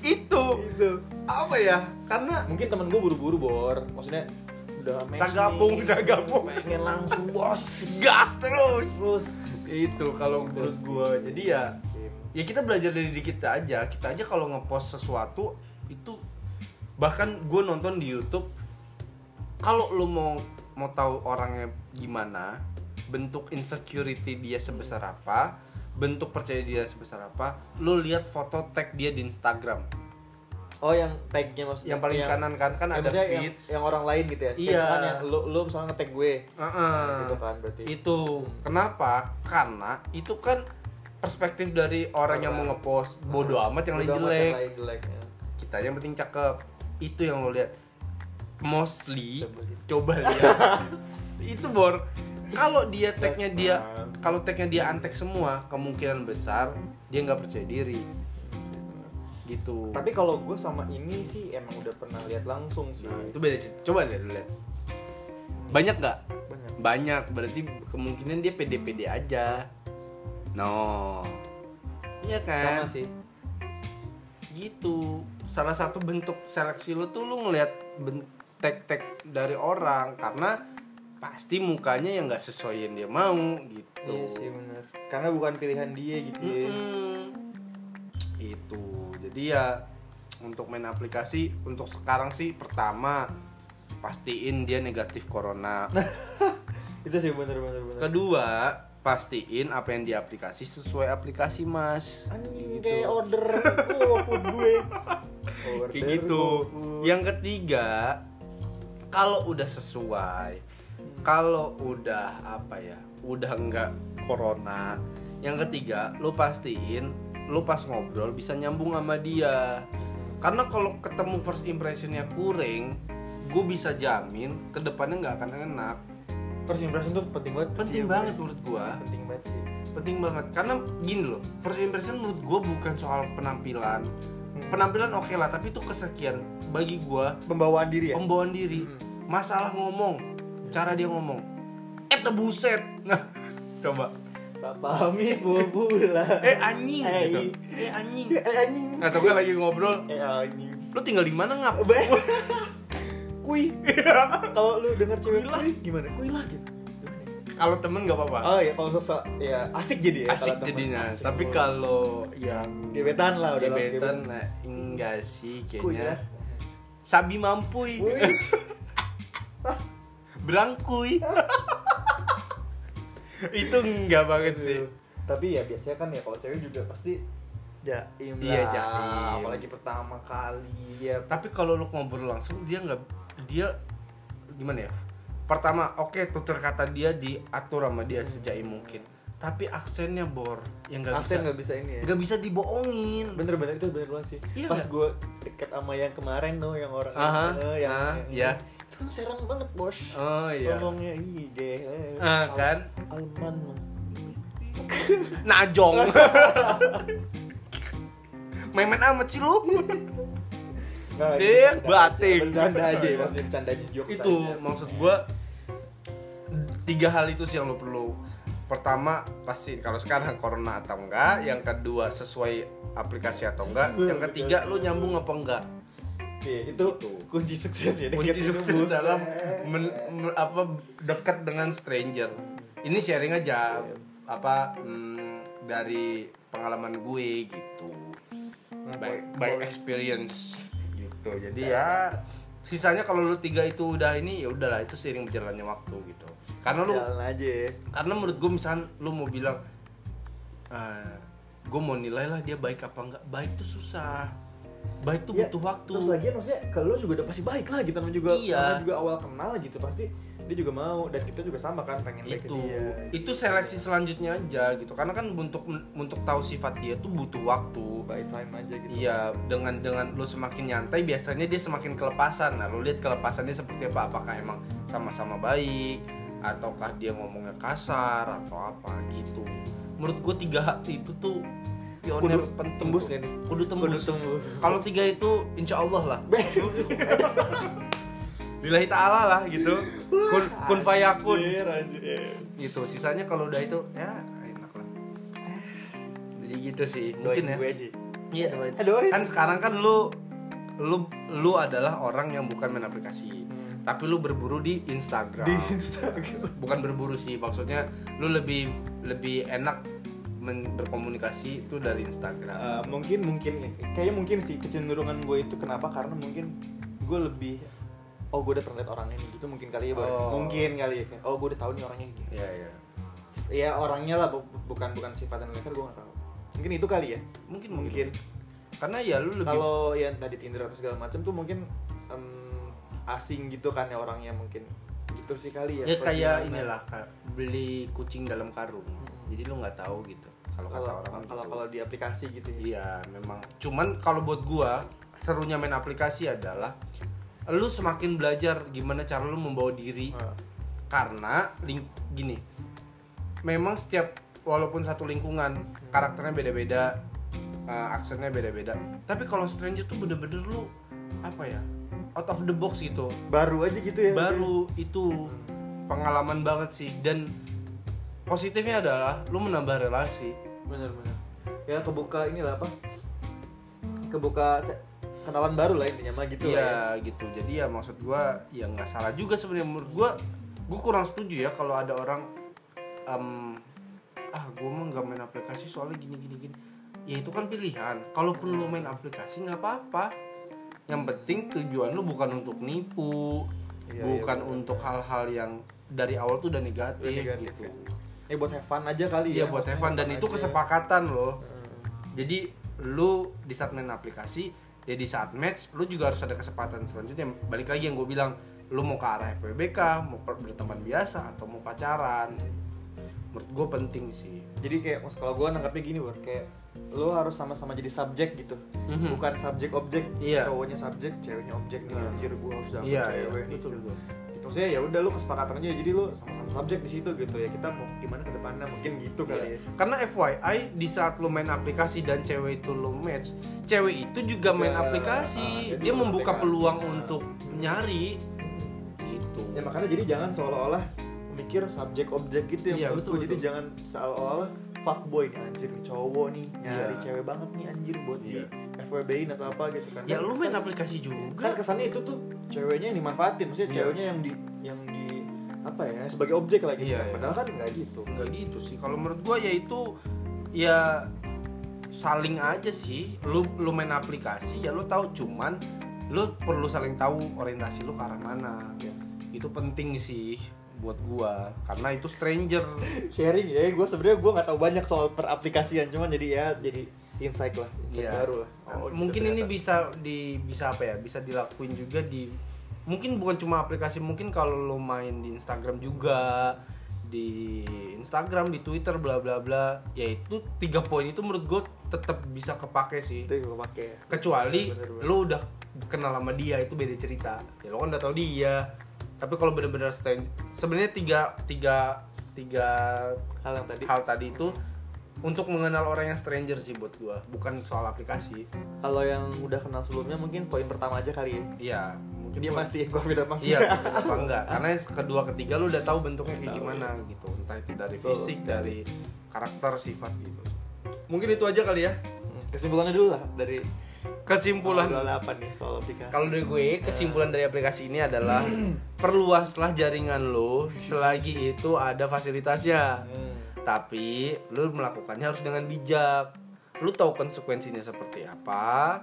Speaker 1: itu
Speaker 2: Gitu.
Speaker 1: apa ya karena
Speaker 2: Mungkin temen gue buru-buru, Bor. Maksudnya udah mes
Speaker 1: Sagapung,
Speaker 2: nih.
Speaker 1: sagapung.
Speaker 2: Pengen langsung, Bos.
Speaker 1: gas terus
Speaker 2: Terus
Speaker 1: itu kalau menurut gua jadi ya ya kita belajar dari diri kita aja kita aja kalau ngepost sesuatu itu bahkan gue nonton di YouTube kalau lu mau mau tahu orangnya gimana bentuk insecurity dia sebesar apa bentuk percaya diri dia sebesar apa lu lihat foto tag dia di Instagram
Speaker 2: Oh, yang tagnya maksudnya
Speaker 1: yang paling kanan kan kan
Speaker 2: ya,
Speaker 1: ada
Speaker 2: maksudnya yang,
Speaker 1: feeds
Speaker 2: yang orang lain gitu ya. Kayak
Speaker 1: Iya. Ah.
Speaker 2: Misalkan yang lu lu misalkan nge-tag gue
Speaker 1: Heeh.
Speaker 2: gitu kan berarti.
Speaker 1: itu kenapa karena itu kan perspektif dari orang yang mau
Speaker 2: Orang.
Speaker 1: ngepost bodoh amat yang lain
Speaker 2: Udah amat
Speaker 1: jelek
Speaker 2: Yang lain jelek. ya.
Speaker 1: kita aja yang penting cakep itu yang lo lihat mostly
Speaker 2: Coba lihat.
Speaker 1: coba lihat itu bor kalau dia tagnya dia kalau tagnya dia antek semua kemungkinan besar dia nggak percaya diri gitu
Speaker 2: Tapi kalau gue sama ini sih emang udah pernah lihat langsung sih.
Speaker 1: Nah, itu beda cerita. coba lihat lihat banyak nggak
Speaker 2: Banyak.
Speaker 1: banyak berarti kemungkinan dia pede-pede aja no iya kan
Speaker 2: Sama sih.
Speaker 1: gitu salah satu bentuk seleksi lu tuh lu ngeliat ben- tek-tek dari orang karena pasti mukanya yang nggak sesuai yang dia mau gitu
Speaker 2: Iya sih benar. Karena bukan pilihan dia gitu ya.
Speaker 1: Mm-mm. itu jadi ya untuk main aplikasi untuk sekarang sih pertama pastiin dia negatif corona
Speaker 2: Nah. Itu sih benar benar benar.
Speaker 1: Kan kedua pastiin apa yang di aplikasi sesuai aplikasi mas
Speaker 2: Anjing
Speaker 1: Gitu.
Speaker 2: kayak order oh, food gue. Order
Speaker 1: kayak gitu.
Speaker 2: GoFood.
Speaker 1: Yang ketiga, kalau udah sesuai, kalau udah apa ya, udah nggak corona. Yang ketiga, lu pastiin lu pas ngobrol bisa nyambung sama dia. Karena kalau ketemu first impressionnya kuring, gue bisa jamin kedepannya nggak akan enak.
Speaker 2: First impression tuh penting banget.
Speaker 1: Penting
Speaker 2: Iya,
Speaker 1: banget
Speaker 2: bener.
Speaker 1: menurut gua
Speaker 2: Penting banget sih.
Speaker 1: penting banget karena gini loh first impression menurut gue bukan soal penampilan penampilan oke lah tapi itu kesekian bagi gue
Speaker 2: Pembawaan diri ya.
Speaker 1: pembawaan diri masalah ngomong cara dia ngomong eh buset nah coba
Speaker 2: Sapami bobo lah.
Speaker 1: eh anjing
Speaker 2: Eh,
Speaker 1: gitu.
Speaker 2: i-
Speaker 1: eh anjing
Speaker 2: Eh, anjing.
Speaker 1: nggak tau gue lagi ngobrol
Speaker 2: Eh anjing.
Speaker 1: lu tinggal di mana ngap
Speaker 2: Be- Kui. Kalau lu denger cewek
Speaker 1: Kui lah.
Speaker 2: kui gimana? Kui lah gitu.
Speaker 1: kalau temen nggak apa-apa
Speaker 2: Oh iya, kalau sosok ya asik jadi ya.
Speaker 1: asik
Speaker 2: kalau teman.
Speaker 1: jadinya
Speaker 2: Asik
Speaker 1: tapi
Speaker 2: banget.
Speaker 1: kalau yang
Speaker 2: gebetan lah udah langsung
Speaker 1: gebetan nah, enggak sih
Speaker 2: Kuy
Speaker 1: kayaknya
Speaker 2: ya. lah.
Speaker 1: sabi mampui
Speaker 2: Wih.
Speaker 1: berangkui itu enggak banget sih
Speaker 2: tapi ya biasanya kan ya kalau cewek juga pasti jaim
Speaker 1: Iya,
Speaker 2: lah.
Speaker 1: jaim.
Speaker 2: apalagi pertama kali ya
Speaker 1: tapi kalau lu ngobrol langsung dia nggak dia gimana ya pertama oke tutur kata dia diatur sama dia sejaim mungkin tapi aksennya bor yang nggak bisa
Speaker 2: aksen nggak bisa ini ya
Speaker 1: nggak bisa dibohongin
Speaker 2: bener-bener itu bener banget sih
Speaker 1: Iya
Speaker 2: pas
Speaker 1: nggak?
Speaker 2: gue deket sama yang kemarin tuh yang orang
Speaker 1: Aha,
Speaker 2: eh, yang,
Speaker 1: ah,
Speaker 2: yang-
Speaker 1: iya.
Speaker 2: itu kan serang banget bos
Speaker 1: oh iya
Speaker 2: ngomongnya iya deh eh,
Speaker 1: Ah,
Speaker 2: Al-
Speaker 1: kan?
Speaker 2: Alman mah.
Speaker 1: najong main-main amat sih lu
Speaker 2: Nggak, itu
Speaker 1: Dek,
Speaker 2: bercanda
Speaker 1: batik.
Speaker 2: aja, bercanda aja ya maksudnya bercanda aja jokes
Speaker 1: itu
Speaker 2: aja.
Speaker 1: maksud gua tiga hal itu sih yang lo perlu pertama pasti kalau sekarang corona atau enggak yang kedua sesuai aplikasi atau enggak yang ketiga lo nyambung apa enggak
Speaker 2: Iya, itu
Speaker 1: Itu.
Speaker 2: kunci sukses ya
Speaker 1: kunci
Speaker 2: deketin
Speaker 1: sukses Iya,
Speaker 2: bos.
Speaker 1: dalam men- men- apa dekat dengan stranger ini sharing aja apa mm, dari pengalaman gue gitu
Speaker 2: Nah,
Speaker 1: by,
Speaker 2: boy-
Speaker 1: by
Speaker 2: boy-
Speaker 1: experience gitu
Speaker 2: Oh,
Speaker 1: jadi ya sisanya kalau lu tiga itu udah ini ya udahlah itu seiring berjalannya waktu gitu karena lu
Speaker 2: jalan aja ya.
Speaker 1: karena menurut gue misalkan lu mau bilang "Ah, gue mau nilai lah dia baik apa enggak baik tuh susah baik tuh
Speaker 2: Ya,
Speaker 1: butuh waktu
Speaker 2: Terus lagi maksudnya kalau lu juga udah pasti baik lah gitu namanya juga
Speaker 1: Iya.
Speaker 2: namanya juga awal kenal gitu pasti dia juga mau dan kita juga sama kan pengen baik ke
Speaker 1: itu
Speaker 2: dia.
Speaker 1: itu seleksi selanjutnya aja gitu karena kan untuk untuk tahu sifat dia tuh butuh waktu
Speaker 2: by time aja gitu.
Speaker 1: Iya, dengan dengan lu semakin nyantai biasanya dia semakin kelepasan. Nah, lu lihat kelepasannya seperti apa? Apakah emang sama-sama baik ataukah dia ngomongnya kasar atau apa gitu. Menurut gue tiga hal itu tuh pionir
Speaker 2: Kudu
Speaker 1: penting.
Speaker 2: tembus
Speaker 1: tuh.
Speaker 2: nggak nih?
Speaker 1: Kudu tembus.
Speaker 2: Kudu tembus.
Speaker 1: Kalau tiga itu insya Allah lah. Lillahi ta'ala lah gitu kun kun fayakun
Speaker 2: Anjir, anjir.
Speaker 1: gitu sisanya kalau udah itu ya enak lah jadi gitu sih mungkin
Speaker 2: Doain
Speaker 1: ya
Speaker 2: gue aja.
Speaker 1: Iya.
Speaker 2: Doain. Eh, Doain.
Speaker 1: Kan sekarang kan lu lu lu adalah orang yang bukan main aplikasi.
Speaker 2: Hmm.
Speaker 1: Tapi lu berburu di Instagram.
Speaker 2: Di Instagram.
Speaker 1: Bukan berburu sih, maksudnya lu lebih lebih enak men- berkomunikasi itu dari Instagram.
Speaker 2: Eh, mungkin mungkin kayaknya mungkin sih kecenderungan gue itu kenapa karena mungkin gue lebih oh gue udah pernah liat orang ini gitu mungkin kali ya Bang.
Speaker 1: Oh.
Speaker 2: mungkin kali ya Kayak, oh gue udah tahu nih orangnya gitu
Speaker 1: Iya, iya.
Speaker 2: ya orangnya lah bu- bukan bukan sifat dan karakter gue gak tahu mungkin itu kali ya
Speaker 1: Mungkin
Speaker 2: mungkin
Speaker 1: mungkin. Karena ya lu lebih
Speaker 2: kalau yang tadi Tinder atau segala macam tuh mungkin em, asing gitu kan ya orangnya mungkin gitu sih kali ya
Speaker 1: ya kayak
Speaker 2: Perjalanan.
Speaker 1: inilah Kak, beli kucing dalam karung. Jadi lu nggak tahu gitu. Kalau kata
Speaker 2: Hmm. kalau
Speaker 1: orang
Speaker 2: kalau-
Speaker 1: gitu.
Speaker 2: kalau kalau di aplikasi gitu ya
Speaker 1: Iya, memang. Cuman kalau buat gua, serunya main aplikasi adalah lu semakin belajar gimana cara lu membawa diri.
Speaker 2: Nah,
Speaker 1: Karena ling- gini. Memang setiap walaupun satu lingkungan, karakternya beda-beda, eh, aksennya beda-beda. Tapi kalau stranger tuh bener-bener lu apa ya? out of the box gitu.
Speaker 2: baru aja gitu ya
Speaker 1: Baru itu pengalaman banget sih dan positifnya adalah lu menambah relasi.
Speaker 2: bener bener ya kebuka inilah apa kebuka ce- kenalan baru lah intinya mah gitu lah ya.
Speaker 1: Iya gitu. Jadi ya maksud gua ya nggak salah juga sebenarnya menurut gua gua kurang setuju ya kalau ada orang em, ah gua mah nggak main aplikasi soalnya gini gini gini. Ya itu kan pilihan. Kalaupun lu main aplikasi nggak apa-apa. Yang penting tujuan lu bukan untuk nipu,
Speaker 2: Iya, iya,
Speaker 1: bukan
Speaker 2: betul.
Speaker 1: untuk hal-hal yang dari awal tuh udah negatif,
Speaker 2: Udah negatif
Speaker 1: gitu.
Speaker 2: ya. ya buat have fun aja kali
Speaker 1: Iya
Speaker 2: ya
Speaker 1: buat Evan dan itu
Speaker 2: aja.
Speaker 1: kesepakatan loh.
Speaker 2: Hmm.
Speaker 1: Jadi lu di saat main aplikasi, ya di saat match lu juga harus ada kesempatan selanjutnya. Balik lagi yang gue bilang, lu mau ke arah FWBK, mau per- berteman biasa atau mau pacaran. Menurut gue penting sih.
Speaker 2: jadi kayak maksud- kalau gue nangkapnya gini Bor, kayak lo harus sama-sama jadi subjek gitu
Speaker 1: Mhm.
Speaker 2: bukan subjek objek
Speaker 1: Iya.
Speaker 2: cowoknya subjek ceweknya objek nih
Speaker 1: Hmm.
Speaker 2: anjir gue harus dapet
Speaker 1: Iya, iya,
Speaker 2: cewek nih.
Speaker 1: betul betul.
Speaker 2: Gitu. maksudnya ya udah lo kesepakatannya jadi lo sama-sama subjek di situ gitu ya kita mau gimana ke depannya mungkin gitu kali
Speaker 1: Iya.
Speaker 2: ya
Speaker 1: Karena FYI di saat lu main aplikasi dan cewek itu lu match, cewek itu juga main
Speaker 2: Iya, ah,
Speaker 1: aplikasi.
Speaker 2: jadi
Speaker 1: Dia
Speaker 2: main
Speaker 1: membuka
Speaker 2: aplikasi.
Speaker 1: peluang
Speaker 2: Ah.
Speaker 1: untuk nyari gitu.
Speaker 2: ya makanya jadi jangan seolah-olah mikir subjek objek gitu ya
Speaker 1: Iya,
Speaker 2: menurut
Speaker 1: betul,
Speaker 2: gua. jadi
Speaker 1: betul.
Speaker 2: jangan seolah-olah fuckboy nih anjir nih cowok nih nyari
Speaker 1: Iya.
Speaker 2: cewek banget nih anjir buat
Speaker 1: Iya.
Speaker 2: di FWB in atau apa gitu kan
Speaker 1: Ya
Speaker 2: Kan
Speaker 1: lu main
Speaker 2: kesan-
Speaker 1: aplikasi
Speaker 2: kan
Speaker 1: juga.
Speaker 2: kesannya itu tuh ceweknya yang dimanfaatin maksudnya
Speaker 1: Iya.
Speaker 2: ceweknya yang di yang di apa ya sebagai objek lah gitu
Speaker 1: Iya,
Speaker 2: kan.
Speaker 1: iya.
Speaker 2: padahal kan nggak gitu
Speaker 1: nggak gitu sih kalau menurut gua ya itu ya saling aja sih lu lu main aplikasi ya lu tahu cuman lu perlu saling tahu orientasi lu ke arah mana gitu.
Speaker 2: Iya.
Speaker 1: itu penting sih buat gua karena itu stranger
Speaker 2: sharing ya gue sebenarnya gue nggak tahu banyak soal peraplikasian cuman jadi ya jadi insight lah insight
Speaker 1: Iya.
Speaker 2: baru lah Oh, gitu
Speaker 1: mungkin ini
Speaker 2: ternyata.
Speaker 1: bisa di bisa apa ya bisa dilakuin juga di mungkin bukan cuma aplikasi mungkin kalau lo main di Instagram juga di Instagram di Twitter bla bla bla yaitu tiga poin itu menurut gue tetap bisa kepake sih
Speaker 2: itu gue pakai ya.
Speaker 1: kecuali
Speaker 2: Bener, bener.
Speaker 1: lu udah kenal sama dia itu beda cerita ya lo kan udah tau dia tapi kalau bener-bener stand sebenarnya tiga tiga tiga
Speaker 2: hal yang tadi
Speaker 1: hal tadi itu untuk mengenal orang yang stranger sih buat gua bukan soal aplikasi
Speaker 2: kalau yang udah kenal sebelumnya mungkin poin pertama aja kali ya
Speaker 1: iya mungkin
Speaker 2: dia
Speaker 1: buat-
Speaker 2: mastiin covid apa
Speaker 1: iya
Speaker 2: enggak.
Speaker 1: apa enggak karena yang kedua ketiga lu udah tahu bentuknya kayak
Speaker 2: Tahu, iya.
Speaker 1: gimana gitu entah itu dari
Speaker 2: Betul
Speaker 1: fisik
Speaker 2: sekali.
Speaker 1: dari karakter sifat gitu mungkin itu aja kali ya
Speaker 2: Hmm, kesimpulannya dulu lah dari
Speaker 1: kesimpulan
Speaker 2: apa nih soal aplikasi
Speaker 1: Kalau dari gue,
Speaker 2: Iya.
Speaker 1: kesimpulan dari aplikasi ini adalah perluaslah jaringan lo selagi itu ada fasilitasnya.
Speaker 2: Hmm.
Speaker 1: Tapi lo melakukannya harus dengan bijak. Lo tahu konsekuensinya seperti apa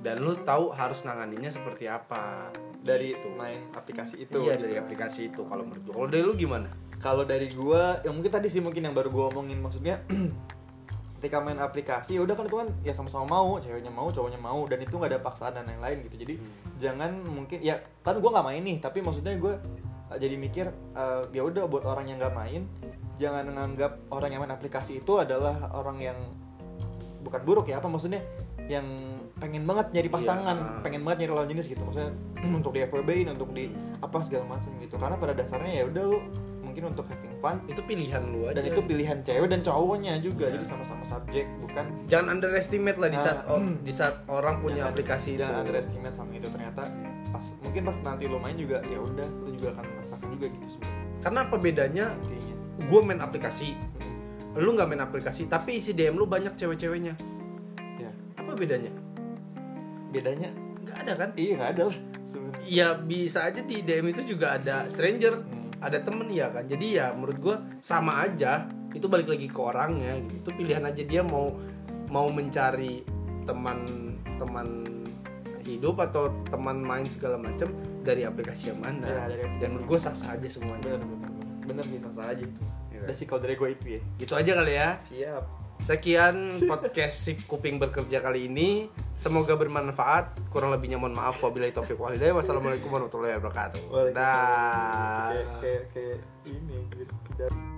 Speaker 1: dan lo tahu harus nanganinnya seperti apa.
Speaker 2: dari
Speaker 1: Gitu.
Speaker 2: main aplikasi itu
Speaker 1: Iya
Speaker 2: gitu
Speaker 1: dari
Speaker 2: kan.
Speaker 1: aplikasi itu kalau menurut gue. Kalau dari lu gimana?
Speaker 2: kalau dari gua yang mungkin tadi sih mungkin yang baru gua omongin maksudnya ketika main aplikasi ya udah kan itu kan ya sama-sama mau ceweknya mau cowoknya mau dan itu nggak ada paksaan dan lain-lain gitu jadi jangan mungkin ya kan gua nggak main nih tapi maksudnya gua eh, jadi mikir eh, ya udah buat orang yang nggak main jangan menganggap orang yang main aplikasi itu adalah orang yang bukan buruk ya apa maksudnya yang pengen banget nyari
Speaker 1: Iya.
Speaker 2: pasangan pengen banget nyari lawan jenis gitu maksudnya untuk di FWB in untuk di apa segala macam gitu karena pada dasarnya ya udah lu mungkin mungkin untuk having fun
Speaker 1: itu pilihan lu aja
Speaker 2: dan itu pilihan cewek dan cowoknya juga jadi sama-sama subjek bukan
Speaker 1: jangan underestimate lah di saat
Speaker 2: Ah,
Speaker 1: o-
Speaker 2: hmm.
Speaker 1: di saat orang punya
Speaker 2: Jangan-
Speaker 1: aplikasi itu
Speaker 2: jangan underestimate sama itu Iya. ternyata pas mungkin pas nanti lo main juga ya udah lo juga akan merasakan juga gitu sebenarnya
Speaker 1: karena apa bedanya
Speaker 2: intinya
Speaker 1: gue main aplikasi lu nggak main aplikasi tapi isi DM lu banyak cewek-ceweknya
Speaker 2: ya
Speaker 1: apa bedanya
Speaker 2: bedanya
Speaker 1: nggak ada kan
Speaker 2: iya nggak ada lah sebenarnya
Speaker 1: ya bisa aja di DM itu juga ada stranger
Speaker 2: Hmm.
Speaker 1: ada temen ya kan jadi ya menurut gue sama aja itu balik lagi ke orangnya gitu. itu pilihan aja dia mau mau mencari teman teman hidup atau teman main segala macam dari aplikasi yang mana
Speaker 2: Ya, dari aplikasi.
Speaker 1: dan menurut gue sah sah aja semuanya
Speaker 2: bener bener bener. bener sih sasa aja itu
Speaker 1: Iya.
Speaker 2: udah sih kalau dari gue itu ya
Speaker 1: gitu aja kali ya
Speaker 2: siap
Speaker 1: Sekian podcast si kuping bekerja kali ini. Semoga bermanfaat. Kurang lebihnya mohon maaf. Wabillahi taufiq wal hidayah. Wassalamualaikum warahmatullahi wabarakatuh.
Speaker 2: Waalaikumsalam.
Speaker 1: Dah.
Speaker 2: kayak kayak kayak ini gitu.